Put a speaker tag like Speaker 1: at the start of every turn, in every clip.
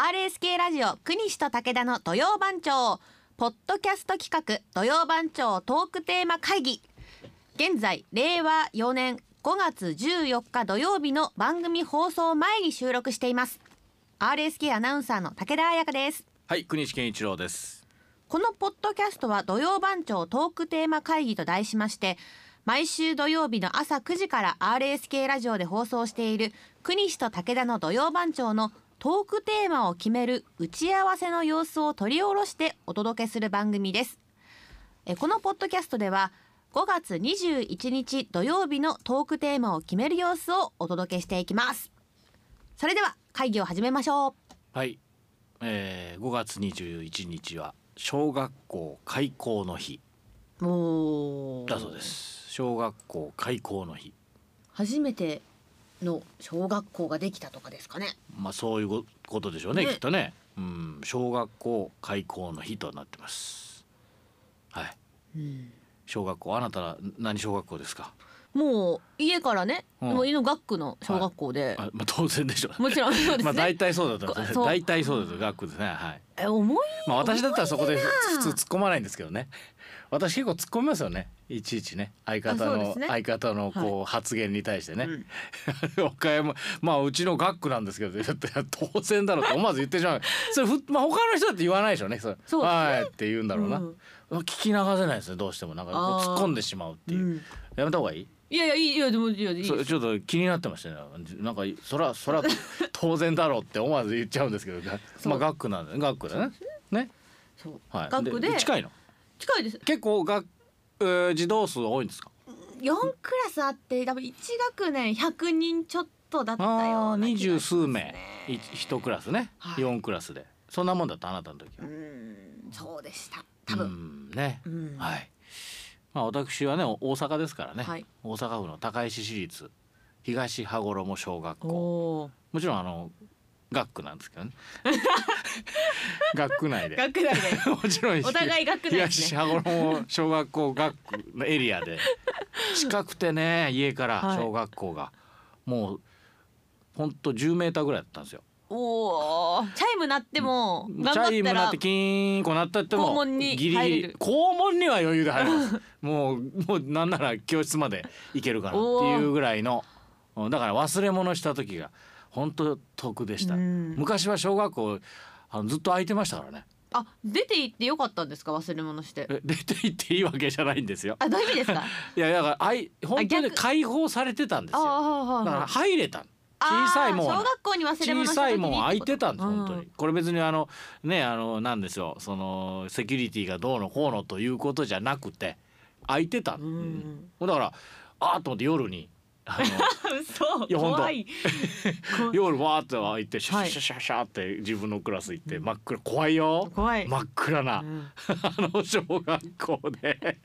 Speaker 1: RSK ラジオ国西と武田の土曜番長ポッドキャスト企画土曜番長トークテーマ会議現在令和4年5月14日土曜日の番組放送前に収録しています RSK アナウンサーの武田彩香です
Speaker 2: はい、国西健一郎です。
Speaker 1: このポッドキャストは土曜番長トークテーマ会議と題しまして毎週土曜日の朝9時から RSK ラジオで放送している国西と武田の土曜番長のトークテーマを決める打ち合わせの様子を取り下ろしてお届けする番組ですえこのポッドキャストでは5月21日土曜日のトークテーマを決める様子をお届けしていきますそれでは会議を始めましょう
Speaker 2: はい、えー、5月21日は小学校開校の日
Speaker 1: も
Speaker 2: だそうです。小学校開校の日。
Speaker 1: 初めての小学校ができたとかですかね。
Speaker 2: まあそういうことでしょうね、
Speaker 1: ね
Speaker 2: きっとね。うん、小学校開校の日となってます。はい、
Speaker 1: うん、
Speaker 2: 小学校あなたは何小学校ですか。
Speaker 1: もう家からね、
Speaker 2: うん
Speaker 1: もう犬学区の小学校で、
Speaker 2: あまあ当然でしょう、
Speaker 1: もちろんそうですね。
Speaker 2: まあ大体そうだったんですね
Speaker 1: そう
Speaker 2: 大体そうです学校ですね。はい。
Speaker 1: え重い
Speaker 2: まあ私だったらそこで
Speaker 1: 重いな
Speaker 2: 普通突っ込まないんですけどね。私結構突っ込みますよね。いちいちね相方
Speaker 1: あそうで
Speaker 2: の、
Speaker 1: すね
Speaker 2: 相方のこう発言に対してね。
Speaker 1: う
Speaker 2: 岡山まあうちの学区なんですけどだって当然だろうと思わず言ってしまう。それふまあ他の人だって言わないでしょうね。それ
Speaker 1: そうですね
Speaker 2: はいって言うんだろうな。
Speaker 1: うん
Speaker 2: 聞き流せないですねどうしてもなんかこう
Speaker 1: あー
Speaker 2: 突っ込んでしまうっていう。
Speaker 1: うん
Speaker 2: やめた方がいい。
Speaker 1: いやいやいいいやでもいやいい
Speaker 2: それちょっと気になってましたねなんかそ らそら当然だろうって思わず言っちゃうんですけど、ね、
Speaker 1: そう
Speaker 2: まあ学区なんで学区だねね
Speaker 1: そう
Speaker 2: はい
Speaker 1: 学区で
Speaker 2: 近いの
Speaker 1: 近いです。
Speaker 2: 結構学、えー、児童数多いんですか
Speaker 1: 四クラスあって多分一学年百人ちょっとだったよ
Speaker 2: あ
Speaker 1: う
Speaker 2: あ
Speaker 1: な
Speaker 2: 二
Speaker 1: 気が
Speaker 2: 十
Speaker 1: し
Speaker 2: 数
Speaker 1: ます
Speaker 2: 名
Speaker 1: ね
Speaker 2: い一クラスね
Speaker 1: はい
Speaker 2: 四、クラスでそんなもんだったあなたの時
Speaker 1: う
Speaker 2: は
Speaker 1: んそうでした多分。
Speaker 2: うんね、
Speaker 1: うん
Speaker 2: はいまあ私はねお大阪ですからね、
Speaker 1: はい
Speaker 2: 大阪府の高石市立東羽衣小学
Speaker 1: お
Speaker 2: 校
Speaker 1: お
Speaker 2: もちろんあの学区なんです けどね学区内
Speaker 1: ー。
Speaker 2: で
Speaker 1: 学内で
Speaker 2: もちろん
Speaker 1: お互い学内です
Speaker 2: 東
Speaker 1: ね。
Speaker 2: 羽衣小学校学区のエリア で近くてね家から
Speaker 1: はい
Speaker 2: 小学校が、もうほんと10メーターぐらいだったんですよ。
Speaker 1: おお。チャイム鳴っても
Speaker 2: チ
Speaker 1: 頑張ったら。
Speaker 2: ャイムなってキーンこうなったっても
Speaker 1: 校門に
Speaker 2: ギリギ
Speaker 1: 入れ
Speaker 2: リ
Speaker 1: る
Speaker 2: 校門には余裕で入りますもうもうなんなら教室まで行けるかなっていうぐらいのうんだから忘れ物した時が本当得でした、
Speaker 1: うん
Speaker 2: 昔は小学校あのずっと空いてましたからね
Speaker 1: あ、出て行ってよかったんですか忘れ物して。
Speaker 2: え出て行っていいわけじゃないん ですよ
Speaker 1: あ、大丈夫ですか。
Speaker 2: いやだからあい本当に
Speaker 1: 逆
Speaker 2: 解放されてたんです
Speaker 1: あ
Speaker 2: よ。
Speaker 1: あ、は
Speaker 2: だ
Speaker 1: い
Speaker 2: か
Speaker 1: は
Speaker 2: ら入れたの
Speaker 1: い。
Speaker 2: 小さいも
Speaker 1: あ
Speaker 2: ん
Speaker 1: ー
Speaker 2: は
Speaker 1: 小学校に忘れ物
Speaker 2: 小
Speaker 1: した時に
Speaker 2: さいもん空いてたんです
Speaker 1: うん
Speaker 2: 本当に。これ別にあのねあのなんですよそのセキュリティがどうのこうのということじゃなくて空いてたの。
Speaker 1: うん
Speaker 2: うんだからあーっと思って夜にあ の
Speaker 1: 嘘。
Speaker 2: いや本当
Speaker 1: 怖い。こ
Speaker 2: 夜わーって空いてシャ
Speaker 1: は
Speaker 2: シ
Speaker 1: い
Speaker 2: ャシャシャシャって自分のクラス行って真っ暗怖いよ。
Speaker 1: 怖い。
Speaker 2: 真っ暗な、
Speaker 1: うん
Speaker 2: あの小学校で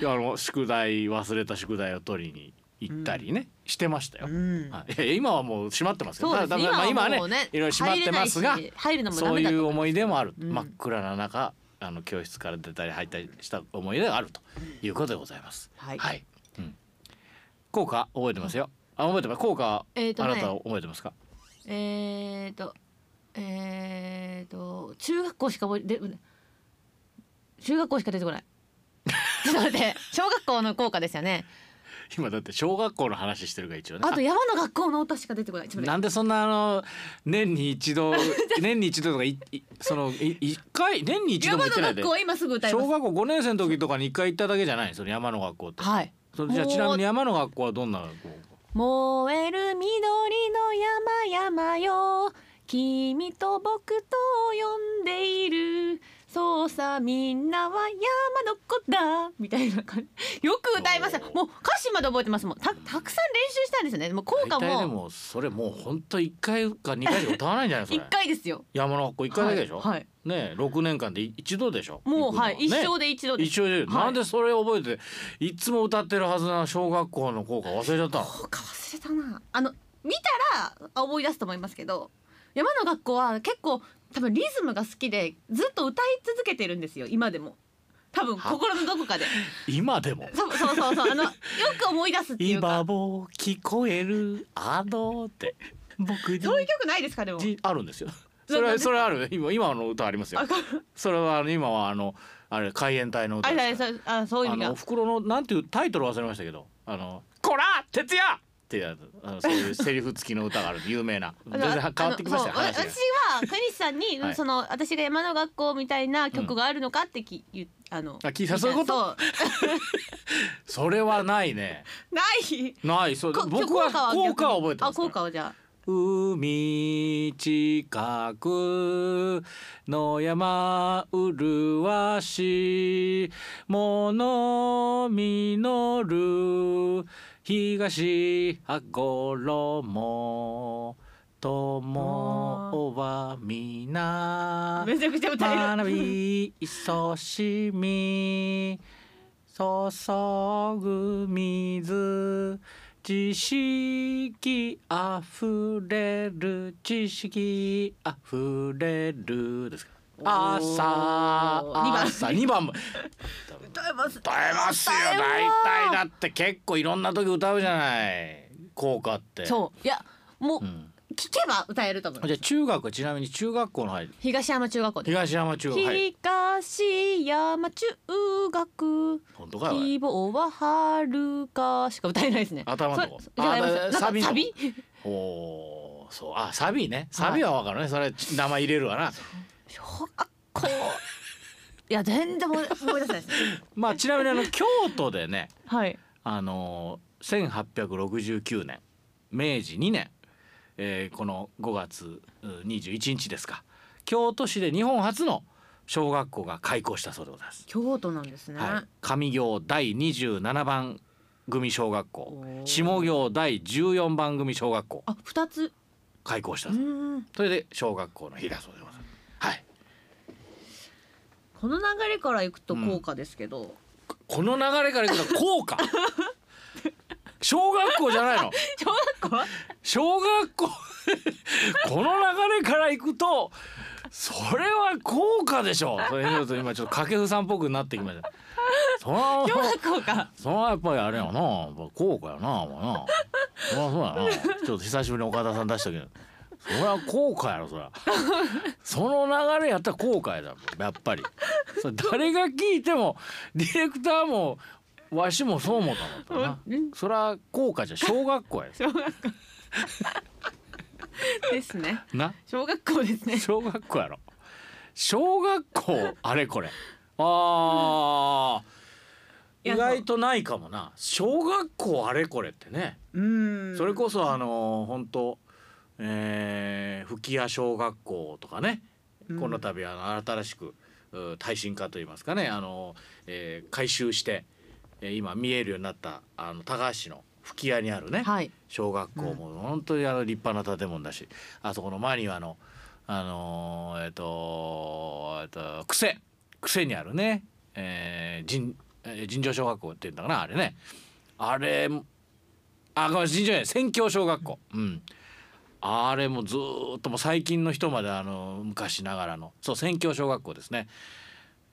Speaker 2: あの宿題忘れた宿題を取りに行ったりね、してましたよ。
Speaker 1: うん
Speaker 2: はいいやいや今はもう閉まってますよ。
Speaker 1: そうですね。
Speaker 2: だだまあ
Speaker 1: は
Speaker 2: 今
Speaker 1: も
Speaker 2: は
Speaker 1: う
Speaker 2: ねいろいろ閉まってますが
Speaker 1: 入れないし入るのもダ
Speaker 2: そう
Speaker 1: メだ
Speaker 2: い
Speaker 1: と
Speaker 2: う思い出もある、
Speaker 1: うん
Speaker 2: 真っ暗な中あの教室から出たり入ったりした思い出があるということでございます。
Speaker 1: はい
Speaker 2: うん、効果覚えてますよ。あ覚えてます。効果、
Speaker 1: えーと
Speaker 2: あ
Speaker 1: ね
Speaker 2: なた覚えてますか。
Speaker 1: えーと、えーと、中学校しか覚えで、中学校しか出てこない。 ちょっと待って、小学校の校歌ですよね。
Speaker 2: 今だって小学校の話してるが一応ね。
Speaker 1: あと山の学校の歌しか出てこない。ちょっと待って
Speaker 2: なんでそんなあの年に一 度年に一度とかいいそのい一回年に一度も
Speaker 1: 山
Speaker 2: 行って
Speaker 1: の
Speaker 2: ないで
Speaker 1: 学校は今すぐ歌いま
Speaker 2: 小
Speaker 1: す。
Speaker 2: 学校五年生の時とかに一回行っただけじゃないその山の学校って
Speaker 1: はい。
Speaker 2: それじゃあ
Speaker 1: もう
Speaker 2: ちなみに山の学校はどんな学校
Speaker 1: 燃える緑の山々よ君と僕と呼んでいるそうさみんなは山の子だみたいな感じ よく歌いますもう歌詞まで覚えてますもんたたくさん練習したんですよねもう効果
Speaker 2: 大体で
Speaker 1: も
Speaker 2: もそれもう本当一回か二回しか歌わないんじゃないそ
Speaker 1: 一
Speaker 2: れ
Speaker 1: 回ですよ
Speaker 2: 山の学校一
Speaker 1: 一
Speaker 2: 回だけでしょ、
Speaker 1: はい、はい
Speaker 2: ねえ六年間で一度でしょ
Speaker 1: もうはい、
Speaker 2: 行く
Speaker 1: 一
Speaker 2: のね
Speaker 1: 生で一度です
Speaker 2: 一緒で、
Speaker 1: い
Speaker 2: なんでそれ覚えていつも歌ってるはずな小学校の校歌忘れちゃったの
Speaker 1: 効果忘れたなあの見たら思い出すと思いますけど山の学校は結構多分リズムが好きでずっと歌い続けてるんですよ今でも多分
Speaker 2: は
Speaker 1: 心のどこかで
Speaker 2: 今でも
Speaker 1: そうそうそう そうあのよく思い出すっていうか
Speaker 2: 今も聞こえるあのって僕に
Speaker 1: そういう曲ないですかでも
Speaker 2: じあるんですよそれはそれはある今今の歌ありますよ
Speaker 1: あか
Speaker 2: それはあの今はあのあれ海援隊の歌
Speaker 1: あ
Speaker 2: ですか
Speaker 1: れ だ
Speaker 2: ら
Speaker 1: ねそあそういう意
Speaker 2: あ
Speaker 1: 味
Speaker 2: の
Speaker 1: が
Speaker 2: 袋のなんていうタイトル忘れましたけど「あのこら徹夜!」っていうあのそういうセリフ付きの歌があ る有名な全然変わってきましたよ
Speaker 1: あのそう
Speaker 2: 話が
Speaker 1: 私は国西さんに、
Speaker 2: はい
Speaker 1: その私が山の学校みたいな曲があるのかってき、言うあの
Speaker 2: あ聞いたそういうこと
Speaker 1: そう
Speaker 2: それはないね
Speaker 1: ない
Speaker 2: ないそう
Speaker 1: こ
Speaker 2: 僕は
Speaker 1: 効果は逆に
Speaker 2: 効果は覚えてま
Speaker 1: あ
Speaker 2: すから
Speaker 1: 効果をじゃ
Speaker 2: 海近くの山麗し物実る東羽衣友は
Speaker 1: あ
Speaker 2: 皆
Speaker 1: めちゃくちゃ歌える
Speaker 2: 学び勤しみ注ぐ水知識あふれる知識あふれるですか
Speaker 1: おー
Speaker 2: 朝
Speaker 1: 二番
Speaker 2: 朝二番も
Speaker 1: あ歌えます
Speaker 2: 歌えますよ
Speaker 1: 歌えます
Speaker 2: 大体だって結構いろんな時歌うじゃない効果って
Speaker 1: そういやもう、
Speaker 2: ん
Speaker 1: 聞けば歌えると思う
Speaker 2: じゃあ中学はちなみに中学校の入り
Speaker 1: 東山中学校で
Speaker 2: 東山中学はい
Speaker 1: 東山中学
Speaker 2: 本当かよおい
Speaker 1: 希望は春かしか歌えないですね
Speaker 2: 頭のとこ
Speaker 1: そじゃあやります
Speaker 2: あだ
Speaker 1: なんかサ
Speaker 2: サビ
Speaker 1: ビ
Speaker 2: のおーそうあサビねサビは分かるね、それ名前入れるわな
Speaker 1: 小学校いや全然思い思い出せないです
Speaker 2: まあちなみにあの京都でね
Speaker 1: はい
Speaker 2: あのー1869年明治2年、えーこの5月う21日ですか京都市で日本初の小学校が開校したそうでございます。
Speaker 1: 京都なんですね、
Speaker 2: はい、上行第27番組小学校
Speaker 1: おー
Speaker 2: 下行第14番組小学校
Speaker 1: あ二つ
Speaker 2: 開校した
Speaker 1: う
Speaker 2: そう
Speaker 1: ーん
Speaker 2: それで小学校の日だそうでございます。はい
Speaker 1: この流れからいくと効果ですけど、
Speaker 2: この流れからいくと効果小学校じゃないの
Speaker 1: 小学校は
Speaker 2: 小学校この流れからいくとそれは効果でしょそれちょっと今ちょっと掛布さんっぽくなってきましたその
Speaker 1: 小学校か
Speaker 2: そのやっぱりあれやなやっぱ効果やな もうなそりゃそうやなちょっと久しぶりに岡田さん出したけどそりゃ効果やろそ りゃその流れやったら効果やだろやっぱりそれ誰が聞いてもディレクターもわしもそう思ったもんな
Speaker 1: うん
Speaker 2: そりゃ効果じゃ小学校やで
Speaker 1: 小学校 ですね
Speaker 2: な
Speaker 1: 小学校ですね
Speaker 2: 小学校やろ小学校あれこれあ
Speaker 1: い
Speaker 2: ー
Speaker 1: や
Speaker 2: 意外とないかもな小学校あれこれってね
Speaker 1: うーん
Speaker 2: それこそあのー本当えー、吹屋小学校とかね、
Speaker 1: うん
Speaker 2: この度あの新しくう耐震化といいますかねあの、えー改修して、えー今見えるようになったあの高橋市の吹屋にあるね、
Speaker 1: はい
Speaker 2: 小学校も本当にあの立派な建物だし、あそこの前にはあのあのーえっ、とえっ、と癖癖にあるね、えー、神えー尋常小学校っていうんだかなあれねあれあごめん尋常じゃない仙教小学校うんあれもずーっともう最近の人まであの昔ながらのそう仙教小学校ですね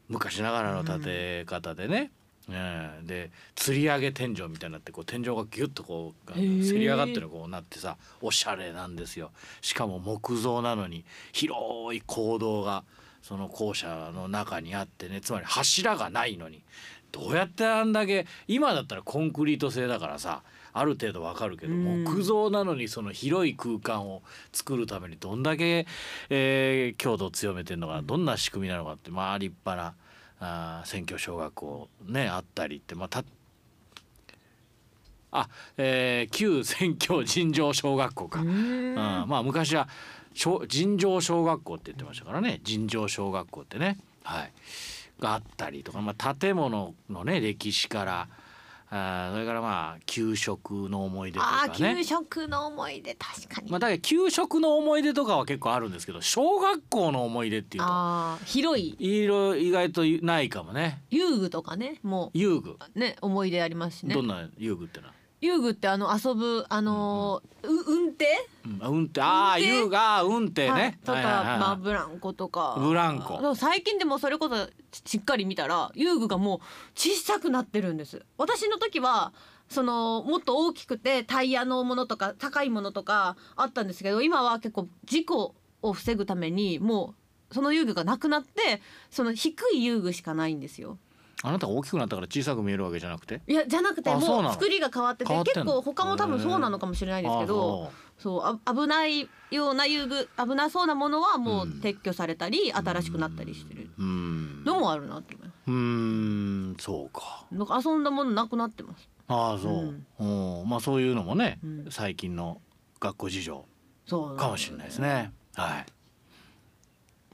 Speaker 2: 昔ながらの建て方でね、ええで吊り上げ天井みたいになってこう天井がギュッとこうあの
Speaker 1: へえ
Speaker 2: せり上がってるのこうなってさおしゃれなんですよしかも木造なのに広い講堂がその校舎の中にあってねつまり柱がないのにどうやってあんだけ今だったらコンクリート製だからさある程度わかるけど
Speaker 1: うん
Speaker 2: 木造なのにその広い空間を作るためにどんだけ、えー強度を強めてるのかどんな仕組みなのかってまあ立派なあー選挙小学校ねあったりってまあたあ、えー旧選挙尋常小学校か。
Speaker 1: うー
Speaker 2: うん、
Speaker 1: ん
Speaker 2: まあ昔は小尋常小学校って言ってましたからね尋常小学校ってねはいがあったりとか、まあ、建物のね歴史からあーそれからまあ給食の思い出と
Speaker 1: あ
Speaker 2: か
Speaker 1: あー給
Speaker 2: ね
Speaker 1: 食の思い出確かに、
Speaker 2: まあだから給食の思い出とかは結構あるんですけど小学校の思い出っていうと
Speaker 1: あー広い
Speaker 2: いろいろ意外とないかもね
Speaker 1: 遊具とかねも
Speaker 2: 遊具、
Speaker 1: うね思い出ありますしね
Speaker 2: どんな遊具ってのは、
Speaker 1: 遊具ってあの遊ぶあのー、う運転、
Speaker 2: うん、あ運転ああ
Speaker 1: 運転
Speaker 2: 遊具ああ運転
Speaker 1: はい
Speaker 2: ね、
Speaker 1: とか、
Speaker 2: はいはいはいはい
Speaker 1: まあブランコとか
Speaker 2: ブランコ
Speaker 1: でも最近でもそれこそしっかり見たら遊具がもう小さくなってるんです私の時はそのもっと大きくてタイヤのものとか高いものとかあったんですけど今は結構事故を防ぐためにもうその遊具がなくなってその低い遊具しかないんですよ。
Speaker 2: あなたが大きくなったから小さく見えるわけじゃなくて
Speaker 1: いやじゃなくて
Speaker 2: あそうな
Speaker 1: も
Speaker 2: の
Speaker 1: う作りが変わってて
Speaker 2: 変わってん
Speaker 1: 結
Speaker 2: の
Speaker 1: 構他も多分そうなのかもしれないですけど
Speaker 2: あ
Speaker 1: そうあ危ないような遊具危なそうなものはもううん撤去されたり、
Speaker 2: そう
Speaker 1: 新しくなったりしてる
Speaker 2: うん
Speaker 1: のもあるなって思います
Speaker 2: うんそうか
Speaker 1: なんか遊んだものなくなってます
Speaker 2: ああそう、うん、まあそういうのもね、
Speaker 1: うん
Speaker 2: 最近の学校事情
Speaker 1: そう
Speaker 2: かもしれないですね、はい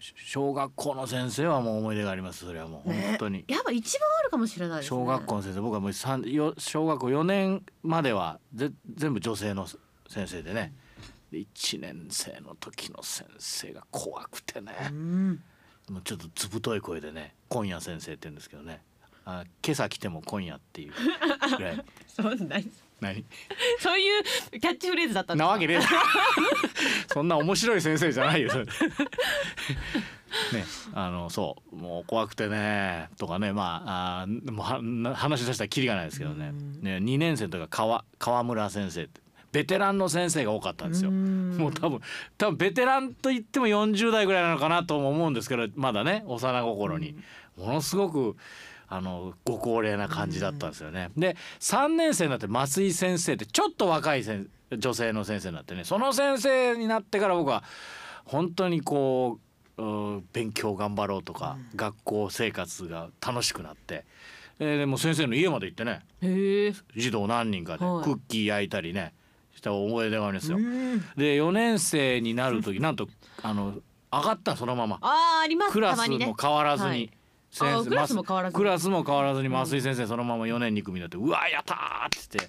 Speaker 2: し小学校の先生はもう思い出がありますそれはもう
Speaker 1: ね
Speaker 2: 本当に、
Speaker 1: やっぱ一番あるかもしれないですね
Speaker 2: 小学校の先生僕はもう三よ小学校4年まではぜ全部女性の先生でね1年生の時の先生が怖くてね、
Speaker 1: うん
Speaker 2: もうちょっとずぶとい声でね「今夜先生」って言うんですけどね「あ今朝来ても今夜」っていうぐらい
Speaker 1: そうない
Speaker 2: 何
Speaker 1: そういうキャッチフレーズだったんです
Speaker 2: な
Speaker 1: か
Speaker 2: わけねえだろ そんな面白い先生じゃないよそれねあのそうもう怖くてねとかねまああーもうはな話し出したらキリがないですけどねね2年生とか川川村先生ってベテランの先生が多かったんですよ。
Speaker 1: うん
Speaker 2: もう多分多分ベテランと言っても40代ぐらいなのかなとも思うんですけどまだね幼心にものすごくあのご高齢な感じだったんですよね。で3年生になって松井先生ってちょっと若い先女性の先生になってねその先生になってから僕は本当にこううん勉強頑張ろうとか、学校生活が楽しくなって、えーでも先生の家まで行ってね
Speaker 1: へえ
Speaker 2: 児童何人かでク
Speaker 1: はい
Speaker 2: ッキー焼いたりねした思い出がありますよ。
Speaker 1: うん
Speaker 2: で4年生になる 時なんとあの上がったそのまま
Speaker 1: あーあります
Speaker 2: クラス
Speaker 1: たまにね
Speaker 2: も変わらずに。
Speaker 1: はい
Speaker 2: 先生
Speaker 1: あークラスも変わらずに
Speaker 2: クラスも変わらずに増井先生そのまま4年2組になって「うわやった!」って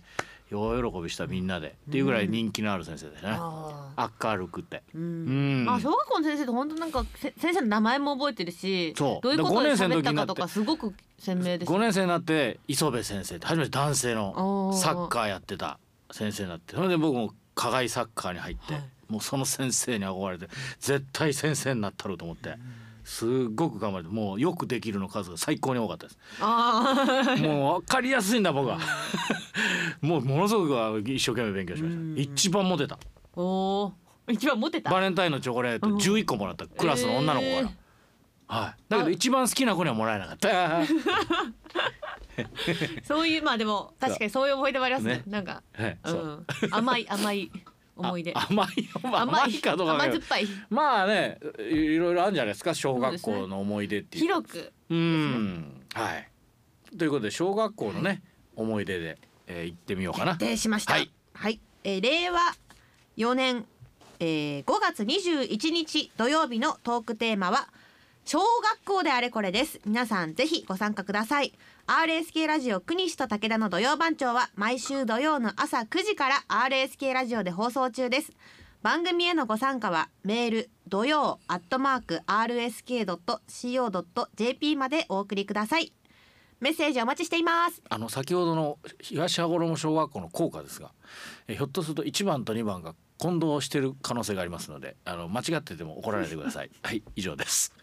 Speaker 2: 言って大喜びしたみんなでっていうぐらい人気のある先生ですね
Speaker 1: あ
Speaker 2: 明るくて
Speaker 1: ーう
Speaker 2: うんん
Speaker 1: あ小学校の先生って本当なんかせ先生の名前も覚えてるし
Speaker 2: そう
Speaker 1: どういうことで喋
Speaker 2: だから五年生の時
Speaker 1: った
Speaker 2: にな
Speaker 1: か
Speaker 2: って
Speaker 1: とかすごく鮮明です
Speaker 2: 5年生になって磯部先生って初めて男性
Speaker 1: お
Speaker 2: の
Speaker 1: ー
Speaker 2: サッカーやってた先生になってそれで僕も課外サッカーに入って、
Speaker 1: はい
Speaker 2: もうその先生に憧れて絶対先生になったろうと思ってすっごく頑張ってもうよくできるの数が最高に多かったです
Speaker 1: あ
Speaker 2: もう分かりやすいんだ僕は もうものすごく一生懸命勉強しまし
Speaker 1: うん
Speaker 2: た一番モテた
Speaker 1: あおー一番モテた
Speaker 2: バレンタインのチョコレート
Speaker 1: うん
Speaker 2: 11個もらったクラスの女の子から、
Speaker 1: えー
Speaker 2: はい、だけど一番好きな子にはもらえなかった
Speaker 1: そういうまあでも確かにそういう思い出もありますね
Speaker 2: ね
Speaker 1: なんか、
Speaker 2: はい
Speaker 1: うん
Speaker 2: そう
Speaker 1: 甘い甘い思い出
Speaker 2: あ甘い甘いかどうかわか
Speaker 1: 甘
Speaker 2: んな
Speaker 1: 酸
Speaker 2: い
Speaker 1: っぱい
Speaker 2: まあねいいろいろあるんじゃないですか小学校の思い出っていう
Speaker 1: 広く
Speaker 2: うんはいということで小学校のね思い出で、えー行ってみようかな
Speaker 1: 定しました
Speaker 2: はい、
Speaker 1: はいえー令和4年、えー、5月21日土曜日のトークテーマは小学校であれこれです皆さんぜひご参加ください RSK ラジオ国西と武田の土曜番長は毎週土曜の朝9時から RSK ラジオで放送中です番組へのご参加はメール土曜アットマーク RSK.CO.JP までお送りくださいメッセージお待ちしています
Speaker 2: あの先ほどの東羽衣小学校の校歌ですが、えーひょっとすると1番と2番が混同してる可能性がありますのであの間違ってても怒られてくださいはい以上です